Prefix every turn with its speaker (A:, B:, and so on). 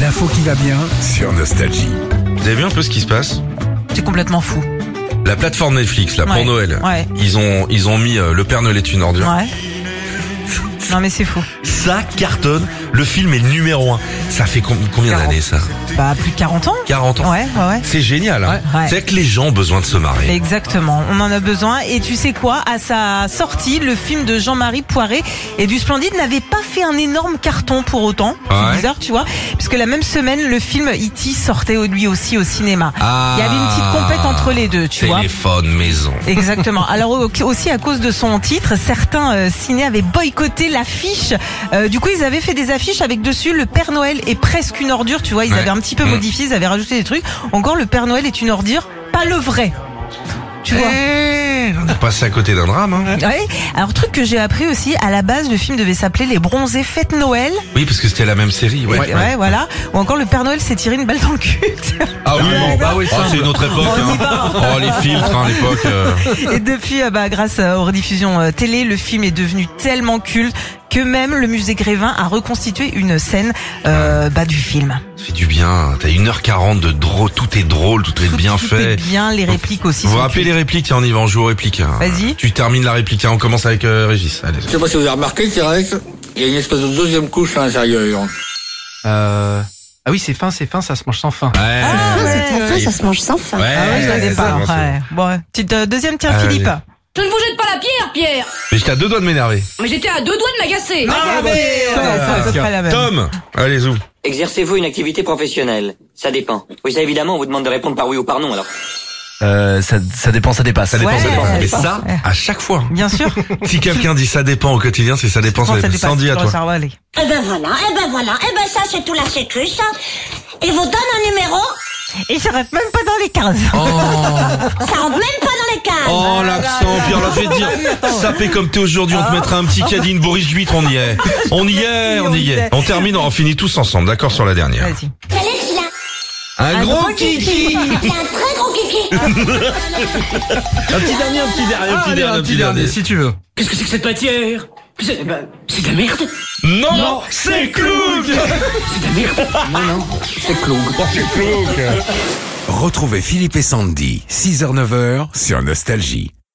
A: L'info qui va bien.
B: sur Nostalgie.
C: Vous avez vu un peu ce qui se passe
D: C'est complètement fou.
C: La plateforme Netflix, là,
D: Ouais,
C: pour Noël,
D: ouais.
C: ils ont ils ont mis euh, Le Père Noël est une ordure.
D: Ouais. Non mais c'est fou.
C: Ça cartonne. Le film est numéro un. Ça fait com- combien
D: 40.
C: d'années ça
D: Bah plus de 40 ans.
C: 40 ans.
D: Ouais, ouais, ouais.
C: C'est génial. Hein
D: Ouais.
C: C'est que les gens ont besoin de se marrer.
D: Exactement, on en a besoin. Et tu sais quoi À sa sortie, le film de Jean-Marie Poiré et du Splendide n'avait pas fait un énorme carton pour autant.
C: Ah Ouais.
D: C'est bizarre, tu vois. Puisque la même semaine, le film E.T. sortait lui aussi au cinéma.
C: Ah.
D: Il y avait une petite compète entre les deux, tu vois.
C: Téléphone, maison.
D: Exactement. Alors au- aussi à cause de son titre, certains euh, ciné avaient boycotté l'affiche. Euh, du coup, ils avaient fait des affiches avec dessus le Père Noël est presque une ordure. Tu vois, ils
C: Ouais.
D: avaient un petit peu
C: Mm.
D: modifié, ils avaient rajouté des trucs. Encore le Père Noël est une ordure, pas le vrai. Tu vois.
C: Eh, on est passé à côté d'un drame. Hein.
D: Ouais. Alors truc que j'ai appris aussi, à la base, le film devait s'appeler Les Bronzés Fête Noël.
C: Oui, parce que c'était la même série. Ouais.
D: ouais, voilà. Ou encore le Père Noël s'est tiré une balle dans le cul.
C: Ah oui, bon, bah oui, c'est une autre époque.
D: On y
C: hein. Oh les filtres, hein, l'époque. euh.
D: Et depuis, euh, bah, grâce euh, aux rediffusions euh, télé, le film est devenu tellement culte que même le musée Grévin a reconstitué une scène euh, bah, du film.
C: Ça fait du bien. T'as 1h40 de drôle. Tout est drôle, tout est
D: Tout-
C: bien
D: tout
C: fait.
D: est bien, les répliques aussi.
C: Vous vous
D: sont
C: rappelez les répliques Tiens, on y va, on joue aux répliques. hein.
D: Vas-y.
C: Tu termines la réplique, hein, on commence avec euh, Régis. Allez.
E: Je sais pas si vous avez remarqué, Thérèse, il y a une espèce de deuxième couche à l'intérieur.
F: Euh... Ah oui, c'est fin, c'est fin, ça se mange sans fin.
C: Ouais.
D: Ah, ouais,
G: C'est
D: ouais.
G: fin, ça se mange sans fin.
C: Ouais,
D: Ah ouais, je l'avais
C: c'est
D: pas.
C: bon, Eh, c'est bon.
D: ouais. Bon, ouais. Petite, euh, deuxième, tiens,
C: Ah,
D: Philippe.
C: vas-y.
H: Je ne vous jette pas la pierre, Pierre
C: Mais j'étais à deux doigts de m'énerver.
H: Mais j'étais à deux doigts de m'agacer
D: Ouais, c'est à peu près la même.
C: Tom Allez, zou.
I: Exercez-vous une activité professionnelle Ça dépend. Oui, ça évidemment, on vous demande de répondre par oui ou par non, alors.
F: Euh, ça, ça dépend, ça dépasse.
C: Ça dépend,
D: Ouais,
C: ça dépend.
D: ça
C: Mais
D: dépend.
C: ça,
D: Ouais.
C: à chaque fois.
D: Bien sûr.
C: Si quelqu'un dit ça dépend au quotidien, c'est ça dépend, ça
D: Non, ça
C: dépend.
D: dépasse.
C: Sandy, à
D: Bon,
C: toi.
D: ça va aller.
J: Eh ben voilà, eh ben voilà, eh ben ça c'est tout la sécu ça. Il vous donne un numéro,
D: Et je reste même pas dans les 15.
J: ça rentre même pas dans les cases.
C: Oh, l'accent, Pierre, là, je vais te dire, sapé comme t'es aujourd'hui, on te mettra un petit caddie, une bourriche d'huître, on y est. On y est, Ah, on y est. On termine, on finit tous ensemble, d'accord, sur la dernière.
D: Vas-y.
J: Quel est qu'il a
C: Un, gros kiki
J: Il a un très gros kiki.
F: Un petit dernier, un petit dernier, un
C: petit dernier, un petit dernier.
F: si tu veux.
I: Qu'est-ce que c'est que cette matière C'est de la merde
C: Non, c'est Cloug
A: Retrouvez Philippe et Sandy, 6h-9h sur Nostalgie.